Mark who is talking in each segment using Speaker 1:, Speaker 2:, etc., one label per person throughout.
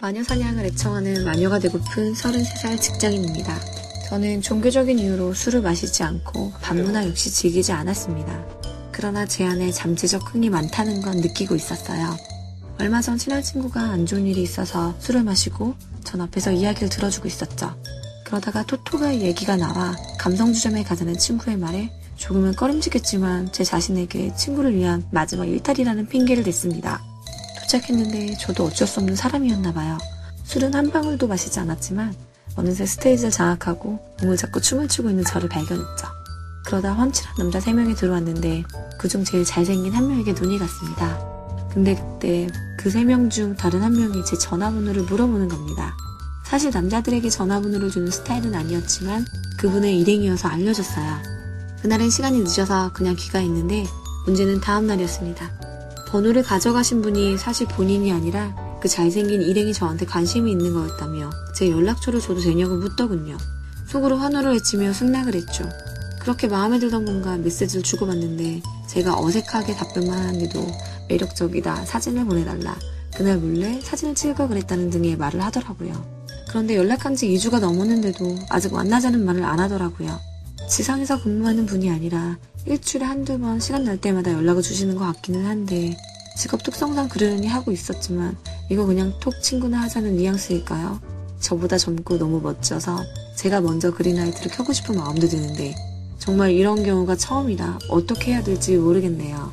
Speaker 1: 마녀 사냥을 애청하는 마녀가 되고픈 33살 직장인입니다. 저는 종교적인 이유로 술을 마시지 않고 밤문화 역시 즐기지 않았습니다. 그러나 제 안에 잠재적 흥이 많다는 건 느끼고 있었어요. 얼마 전 친한 친구가 안 좋은 일이 있어서 술을 마시고 전 앞에서 이야기를 들어주고 있었죠. 그러다가 토토가 얘기가 나와 감성주점에 가자는 친구의 말에 조금은 꺼림직했지만 제 자신에게 친구를 위한 마지막 일탈이라는 핑계를 댔습니다. 도착했는데 저도 어쩔 수 없는 사람이었나 봐요. 술은 한 방울도 마시지 않았지만 어느새 스테이지를 장악하고 몸을 잡고 춤을 추고 있는 저를 발견했죠. 그러다 환칠한 남자 세명이 들어왔는데 그중 제일 잘생긴 한 명에게 눈이 갔습니다. 근데 그때 그 세 명 중 다른 한 명이 제 전화번호를 물어보는 겁니다. 사실 남자들에게 전화번호를 주는 스타일은 아니었지만 그분의 일행이어서 알려줬어요. 그날은 시간이 늦어서 그냥 귀가했는데 문제는 다음 날이었습니다. 번호를 가져가신 분이 사실 본인이 아니라 그 잘생긴 일행이 저한테 관심이 있는 거였다며 제 연락처를 줘도 되냐고 묻더군요. 속으로 환호를 외치며 승낙을 했죠. 그렇게 마음에 들던 분과 메시지를 주고받는데 제가 어색하게 답변만 하는데도 매력적이다 사진을 보내달라 그날 몰래 사진을 찍으려 그랬다는 등의 말을 하더라고요. 그런데 연락한 지 2주가 넘었는데도 아직 만나자는 말을 안 하더라고요. 지상에서 근무하는 분이 아니라 일주일에 한두 번 시간 날 때마다 연락을 주시는 것 같기는 한데 직업 특성상 그러려니 하고 있었지만 이거 그냥 톡 친구나 하자는 뉘앙스일까요? 저보다 젊고 너무 멋져서 제가 먼저 그린라이트를 켜고 싶은 마음도 드는데 정말 이런 경우가 처음이라 어떻게 해야 될지 모르겠네요.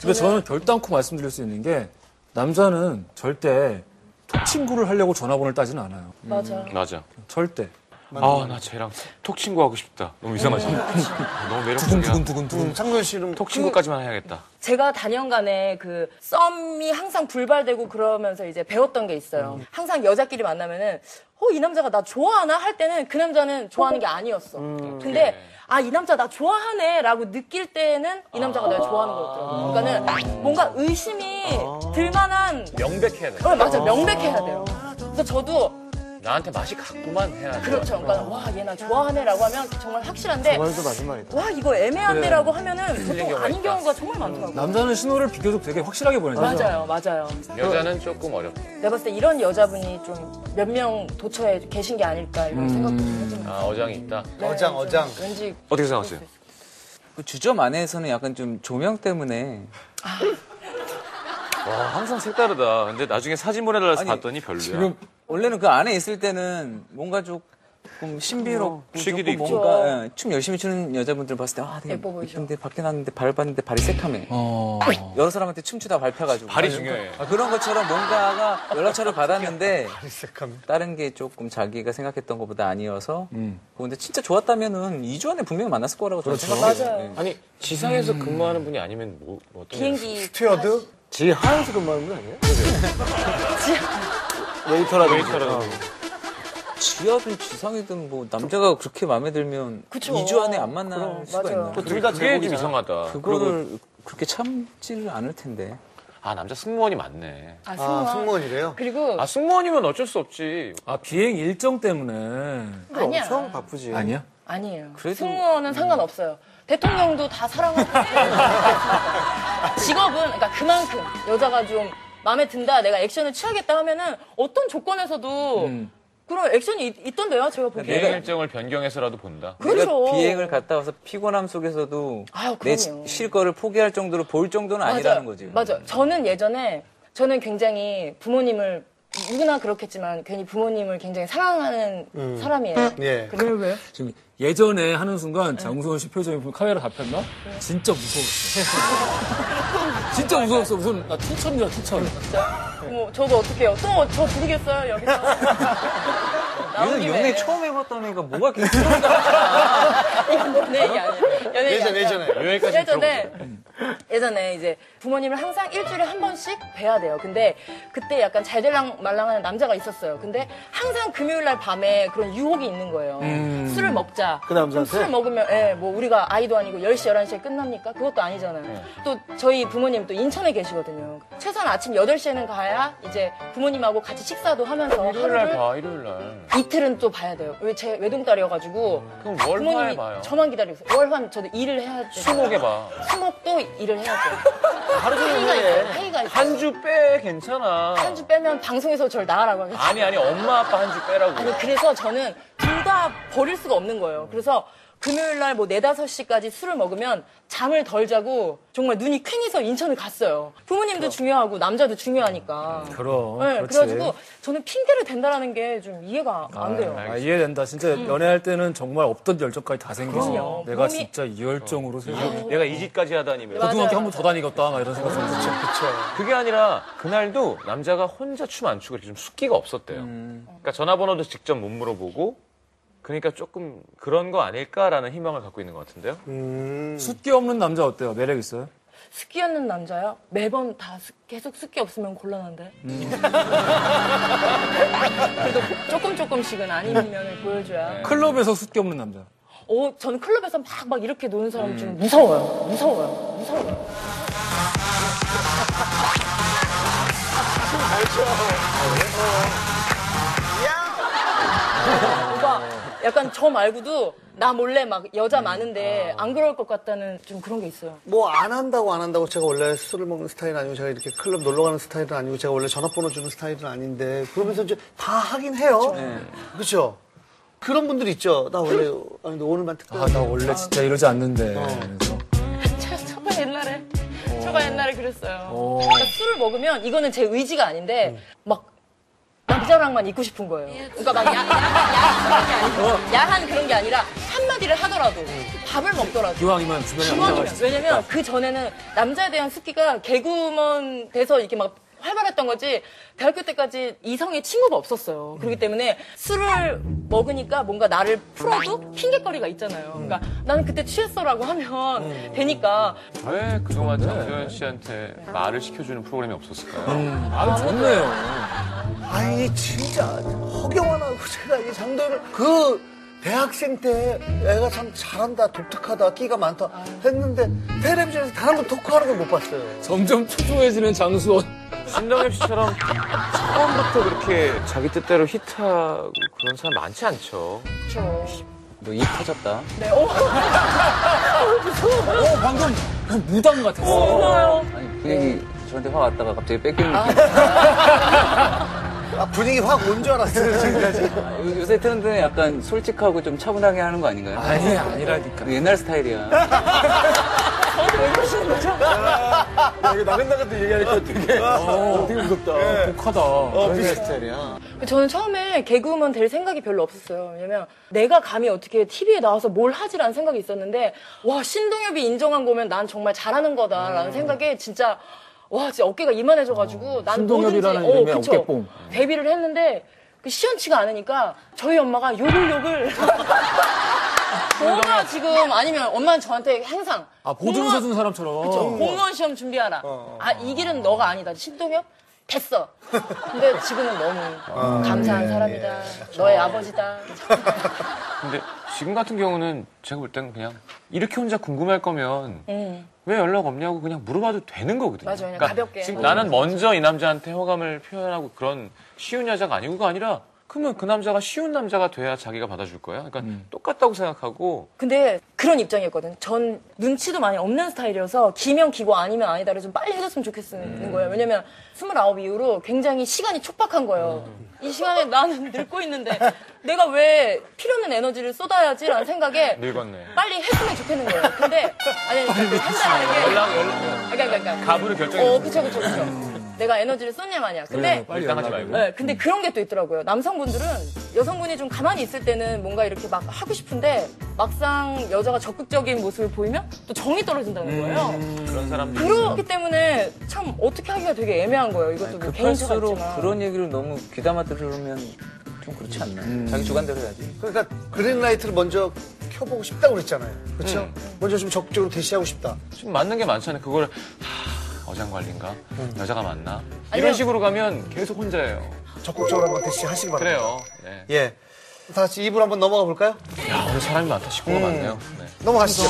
Speaker 2: 근데 저는 결단코 말씀드릴 수 있는 게 남자는 절대 톡 친구를 하려고 전화번호를 따지는 않아요.
Speaker 3: 맞아.
Speaker 4: 맞아.
Speaker 2: 절대.
Speaker 4: 아 나 쟤랑 톡 친구 하고 싶다. 너무 이상하지? 너무 매력적이야.
Speaker 2: 두근두근두근.
Speaker 5: 음, 상근 씨는
Speaker 4: 톡 친구까지만 해야겠다.
Speaker 3: 제가 단연간에 그 썸이 항상 불발되고 그러면서 이제 배웠던 게 있어요. 항상 여자끼리 만나면은 어 이 남자가 나 좋아하나 할 때는 그 남자는 좋아하는 게 아니었어. 근데 아 이 남자 나 좋아하네라고 느낄 때는 이 남자가 날 좋아하는 거였더라고. 그러니까는 뭔가 의심이 들만한
Speaker 4: 명백해야 돼.
Speaker 3: 어 맞아 명백해야 돼요. 그래서 저도
Speaker 4: 나한테 맛이 갔구만 해야 돼.
Speaker 3: 그렇죠. 그러니까 와 얘 나 좋아하네라고 하면 정말 확실한데
Speaker 5: 말도 마지막이다.
Speaker 3: 와 이거 애매한데라고 하면은
Speaker 4: 틀린
Speaker 3: 보통
Speaker 4: 경우가
Speaker 3: 아닌
Speaker 4: 있다.
Speaker 3: 경우가 정말 많더라고요.
Speaker 2: 남자는 신호를 비교적 되게 확실하게 보내잖아요.
Speaker 3: 맞아요, 맞아요.
Speaker 4: 여자는 조금 어렵다.
Speaker 3: 내가 봤을 때 이런 여자분이 좀 몇 명 도처에 계신 게 아닐까
Speaker 6: 음.
Speaker 3: 이런 생각도 좀 해요.
Speaker 4: 아 어장이 있다.
Speaker 5: 네, 어장, 어장.
Speaker 3: 왠지
Speaker 4: 어떻게 생각하세요?
Speaker 6: 그 주점 안에서는 약간 좀 조명 때문에
Speaker 4: 와 항상 색다르다. 근데 나중에 사진 보내달라서
Speaker 6: 아니,
Speaker 4: 봤더니 별로야.
Speaker 2: 지금
Speaker 6: 원래는 그 안에 있을 때는 뭔가 조금 신비롭고
Speaker 4: 취기도
Speaker 6: 조금
Speaker 4: 음, 있고.
Speaker 6: 뭔가 예, 춤 열심히 추는 여자분들 봤을 때아 되게
Speaker 3: 예뻐 보이죠.
Speaker 6: 이쁜데 밖에 나왔는데 발을 봤는데 발이 새카매
Speaker 2: 어.
Speaker 6: 여러 사람한테 춤추다 밟혀가지고
Speaker 4: 발이
Speaker 6: 아니,
Speaker 4: 중요해.
Speaker 6: 아, 그런 것처럼 뭔가가 연락처를 받았는데 다른 게 조금 자기가 생각했던 것보다 아니어서
Speaker 4: 음.
Speaker 6: 그 근데 진짜 좋았다면은 2주 안에 분명히 만났을 거라고 저는
Speaker 4: 그렇죠.
Speaker 6: 생각해요
Speaker 3: 맞아요.
Speaker 6: 예.
Speaker 4: 아니 지상에서 근무하는 분이 아니면 뭐 어떤?
Speaker 3: 비행기
Speaker 5: 스튜어드? 지하에서 근무하는 거 아니에요?
Speaker 4: 웨이터라든지. 웨이터라든지.
Speaker 6: 지하든 지상이든 뭐 남자가 그렇게 마음에 들면
Speaker 3: 그쵸.
Speaker 6: 2주 안에 안 만날
Speaker 3: 그럼,
Speaker 6: 수가
Speaker 3: 맞아요.
Speaker 6: 있나?
Speaker 4: 뭐 둘다 그게 좀 이상하다. 그리고
Speaker 6: 그거를 그렇게 참지를 않을 텐데.
Speaker 4: 아 남자 승무원이 많네.
Speaker 3: 아 승무원.
Speaker 5: 아, 승무원이래요?
Speaker 3: 그리고
Speaker 4: 아 승무원이면 어쩔 수 없지.
Speaker 2: 아 비행 일정 때문에
Speaker 3: 아니야.
Speaker 5: 엄청
Speaker 6: 예.
Speaker 5: 바쁘지.
Speaker 2: 아니야?
Speaker 3: 아니에요.
Speaker 6: 그래도- 음.
Speaker 3: 승무원은 상관없어요. 대통령도 다 사랑하고 직업은 그러니까 그만큼 여자가 좀 마음에 든다, 내가 액션을 취하겠다 하면은 어떤 조건에서도
Speaker 6: 음.
Speaker 3: 그런 액션이 있, 던데요 제가 보기에.
Speaker 4: 비행 일정을 변경해서라도 본다.
Speaker 3: 그렇죠.
Speaker 6: 내가 네, 비행을 갔다 와서 피곤함 속에서도
Speaker 3: 아유, 그럼요.
Speaker 6: 내 쉴 거를 포기할 정도로 볼 정도는 아니라는 거지.
Speaker 3: 맞아. 저는 예전에 저는 굉장히 부모님을 누구나 그렇겠지만 괜히 부모님을 굉장히 사랑하는 사람이에요. 네.
Speaker 5: 예.
Speaker 3: 그래요 왜요?
Speaker 2: 지금 예전에 하는 순간 장소원 씨 표정이 보면 카메라 다 폈나? 진짜 무서웠어. 진짜 무서웠어. 무슨 나 투천이야 투천.
Speaker 3: 뭐 저도 어떻게요? 또 저 부르겠어요 여기서. 나온
Speaker 6: 얘는
Speaker 3: 김에.
Speaker 6: 연애 처음 해봤던 애가 뭐가 계속
Speaker 3: 이건 연애 얘기 네, 아니에요. 연애 얘기
Speaker 5: 예전,
Speaker 3: 아니라.
Speaker 5: 예전에.
Speaker 4: 여기까지
Speaker 3: 예전에 예전에 이제 부모님을 항상 일주일에 한 번씩 뵈야 돼요. 근데 그때 약간 잘 될랑 말랑하는 남자가 있었어요. 근데 항상 금요일 날 밤에 그런 유혹이 있는 거예요.
Speaker 6: 음.
Speaker 3: 술을 먹자.
Speaker 5: 그 남자한테?
Speaker 3: 그럼 술을 먹으면 예, 뭐 우리가 아이도 아니고 10시 11시에 끝납니까? 그것도 아니잖아요.
Speaker 4: 네.
Speaker 3: 또 저희 부모님 또 인천에 계시거든요. 최소한 아침 8시에는 가야 이제 부모님하고 같이 식사도 하면서
Speaker 4: 일요일 날
Speaker 3: 하루를
Speaker 4: 봐. 일요일 날.
Speaker 3: 이틀은 또 봐야 돼요. 왜 제 외동딸이어가지고
Speaker 4: 음, 그럼 월화에
Speaker 3: 부모님이
Speaker 4: 봐요.
Speaker 3: 저만 기다리고 있어요.
Speaker 4: 그
Speaker 3: 월환 저도 일을 해야 돼요.
Speaker 4: 수목에 봐.
Speaker 3: 수목도 일을 해야 돼요. 하루 종일 회의가 있어요. 회의가 하나 있어요.
Speaker 7: 한 주 빼, 괜찮아.
Speaker 3: 한 주 빼면 방송에서 저를 나가라고 하거든요.
Speaker 7: 아니, 아니, 엄마, 아빠 한 주 빼라고.
Speaker 3: 아니, 그래서 저는 둘 다 버릴 수가 없는 거예요. 그래서 금요일 날 뭐 네다섯 시까지 술을 먹으면 잠을 덜 자고 정말 눈이 퀭이서 인천을 갔어요. 부모님도 중요하고 남자도 중요하니까.
Speaker 8: 그럼.
Speaker 3: 네,
Speaker 8: 그렇지.
Speaker 3: 그래가지고 저는 핑계를 댄다라는 게 좀 이해가 안 돼요. 음.
Speaker 8: 아, 이해된다. 진짜 연애할 때는 정말 없던 열정까지 다 생기죠.
Speaker 3: 그럼요.
Speaker 8: 내가
Speaker 3: 몸이- 음.
Speaker 8: 진짜 이 열정으로 생각.
Speaker 7: 내가 이 집까지 하다니. 왜.
Speaker 3: 맞아요.
Speaker 8: 고등학교 한 번 더 다니겠다. 막 이런 생각 들었죠.
Speaker 3: 음.
Speaker 7: 그게 아니라 그날도 남자가 혼자 춤 안 추고 이렇게 좀 숙기가 없었대요.
Speaker 3: 음.
Speaker 7: 그러니까 전화번호도 직접 못 물어보고 그러니까 조금 그런 거 아닐까라는 희망을 갖고 있는 것 같은데요.
Speaker 4: 음.
Speaker 8: 음. 숫기 없는 남자 어때요? 매력 있어요?
Speaker 3: 습기 없는 남자야? 매번 다 습- 계속 습기 없으면 곤란한데?
Speaker 8: 음.
Speaker 3: 그래도 조금 조금씩은 아닌 면을
Speaker 8: 네.
Speaker 3: 보여줘야.
Speaker 2: 클럽에서 숫기 없는 남자.
Speaker 3: 어, 저는 클럽에서 막 막 이렇게 노는 사람 좀 무서워요. 무서워요. 무서워요. 오빠, 약간 저 말고도 나 몰래 막 여자 많은데 안 그럴 것 같다는 좀 그런 게 있어요.
Speaker 5: 뭐 안 한다고 안 한다고 제가 원래 술을 먹는 스타일은 아니고 제가 이렇게 클럽 놀러 가는 스타일은 아니고 제가 원래 전화번호 주는 스타일은 아닌데 그러면서 이제 다 하긴 해요. 그렇죠. 그런 분들 있죠. 나 원래 아니 근데 오늘만 특별.
Speaker 8: 아, 나 원래 진짜 이러지 않는데.
Speaker 3: 어.
Speaker 8: 그래서.
Speaker 3: 저, 저가 옛날에 저가 옛날에 그랬어요. 그러니까 술을 먹으면 이거는 제 의지가 아닌데 막 남자랑만 있고 싶은 거예요. 그러니까 막 야, 야, 야, 그런 게 아니고 야한 그런 게 아니라 한마디를 하더라도 밥을 먹더라도
Speaker 2: 기왕이면 주변에 안
Speaker 3: 기왕이면.
Speaker 2: 나가지.
Speaker 3: 왜냐면 그 전에는 남자에 대한 습기가 개구먼 돼서 이렇게 막 활발했던 거지 대학교 때까지 이성의 친구가 없었어요.
Speaker 2: 음.
Speaker 3: 그렇기 때문에 술을 먹으니까 뭔가 나를 풀어도 핑계거리가 있잖아요. 그러니까
Speaker 2: 음.
Speaker 3: 나는 그때 취했어라고 하면 되니까
Speaker 4: 왜 그동안 장소연 씨한테 말을 시켜주는 프로그램이 없었을까요?
Speaker 7: 음.
Speaker 2: 아, 좋네요.
Speaker 5: 아이 진짜 허경환하고 제가 이 장도를 그 대학생 때 애가 참 잘한다 독특하다 끼가 많다 했는데 텔레비전에서 단 한 번 토크하는 걸 못 봤어요.
Speaker 2: 점점 초조해지는 장수원.
Speaker 7: 신동엽 씨처럼 처음부터 그렇게 자기 뜻대로 히트하고 그런 사람 많지 않죠.
Speaker 3: 저
Speaker 6: 너입 터졌다.
Speaker 2: 어, 방금 무당 같았어.
Speaker 6: 아니, 그 얘기 저한테 화 왔다가 갑자기 뺏기는 느낌.
Speaker 5: 아, 분위기 확 온 줄 알았어요 지금까지.
Speaker 6: 아, 요- 요새 트렌드는 약간 솔직하고 좀 차분하게 하는 거 아닌가요? 그
Speaker 2: 아니, 아니라니까.
Speaker 6: 옛날 스타일이야.
Speaker 5: 여기 나긋나긋 얘기하니까 되게
Speaker 2: 어, 되게 무섭다. 독하다.
Speaker 5: 비슷 스타일이야.
Speaker 3: 저는 처음에 개그우먼 될 생각이 별로 없었어요. 왜냐면 내가 감히 어떻게 TV에 나와서 뭘 하지라는 생각이 있었는데 와 신동엽이 인정한 거면 난 정말 잘하는 거다라는
Speaker 2: 음.
Speaker 3: 생각에 진짜 와 진짜 어깨가 이만해져가지고 난
Speaker 2: 신동엽이라는
Speaker 3: 뭐든지
Speaker 2: 이름의
Speaker 3: 그쵸.
Speaker 2: 어깨뽕.
Speaker 3: 데뷔를 했는데 그 시원치가 않으니까 저희 엄마가 욕을 욕을 엄마 지금 아니면 엄마는 저한테 항상
Speaker 2: 아, 보증
Speaker 3: 공무원-
Speaker 2: 서준 사람처럼.
Speaker 3: 그쵸. 공무원 시험 준비하라. 아, 이 길은 너가 아니다. 신동엽? 됐어. 근데 지금은 너무 감사한 사람이다. 너의 아버지다.
Speaker 4: 근데 지금 같은 경우는 제가 볼 때는 그냥 이렇게 혼자 궁금할 거면
Speaker 3: 음.
Speaker 4: 왜 연락 없냐고 그냥 물어봐도 되는 거거든요. 그러니까
Speaker 3: 맞아요. 그냥 가볍게. 네.
Speaker 4: 지금
Speaker 3: 맞아요.
Speaker 4: 나는 먼저 이 남자한테 허감을 표현하고 그런 쉬운 여자가 아니고가 아니라 그러면 그 남자가 쉬운 남자가 돼야 자기가 받아줄 거야. 그러니까
Speaker 2: 음.
Speaker 4: 똑같다고 생각하고
Speaker 3: 근데 그런 입장이었거든. 전 눈치도 많이 없는 스타일이어서 기면 기고 아니면 아니다를 좀 빨리 해줬으면 좋겠는 거예요. 왜냐면 29 이후로 굉장히 시간이 촉박한 거예요. 이 시간에 나는 늙고 있는데 내가 왜 필요없는 에너지를 쏟아야지라는 생각에
Speaker 4: 늙었네.
Speaker 3: 빨리 했으면 좋겠는 거예요. 근데 아니 아니 한다는 게
Speaker 7: 연락, 연락.
Speaker 3: 그러니까, 그러니까.
Speaker 7: 가부를 결정해
Speaker 3: 어, 그쵸, 그쵸, 그쵸. 내가 에너지를 썼냐 마냐. 근데,
Speaker 2: 빨리
Speaker 7: 일단 하지
Speaker 2: 연락해.
Speaker 7: 말고.
Speaker 3: 네, 근데 그런 게 또 있더라고요. 남성분들은 여성분이 좀 가만히 있을 때는 뭔가 이렇게 막 하고 싶은데 막상 여자가 적극적인 모습을 보이면 또 정이 떨어진다는 거예요.
Speaker 4: 음.
Speaker 7: 그런 사람들.
Speaker 3: 그렇기 때문에 참 어떻게 하기가 되게 애매한 거예요. 이것도 뭐 개인차가
Speaker 6: 급할수록
Speaker 3: 있지만.
Speaker 6: 그 그런 얘기를 너무 귀담아 들으면 좀 그렇지 않나. 자기 주관대로 해야지.
Speaker 5: 그러니까 그린라이트를 먼저 켜보고 싶다고 그랬잖아요. 그렇죠? 먼저 좀 적극적으로 대시하고 싶다.
Speaker 4: 지금 맞는 게 많잖아요. 그걸 하, 어장관리인가?
Speaker 2: 음.
Speaker 4: 여자가 맞나?
Speaker 3: 아니요.
Speaker 4: 이런 식으로 가면 계속 혼자예요.
Speaker 5: 적극적으로 한번 대시하시기 바랍니다.
Speaker 4: 그래요. 네.
Speaker 5: 예. 다시 입으로 한번 넘어가 볼까요?
Speaker 4: 음. 야, 오늘 사람이 많다. 식구가 많네요. 네.
Speaker 5: 음. 넘어가시죠.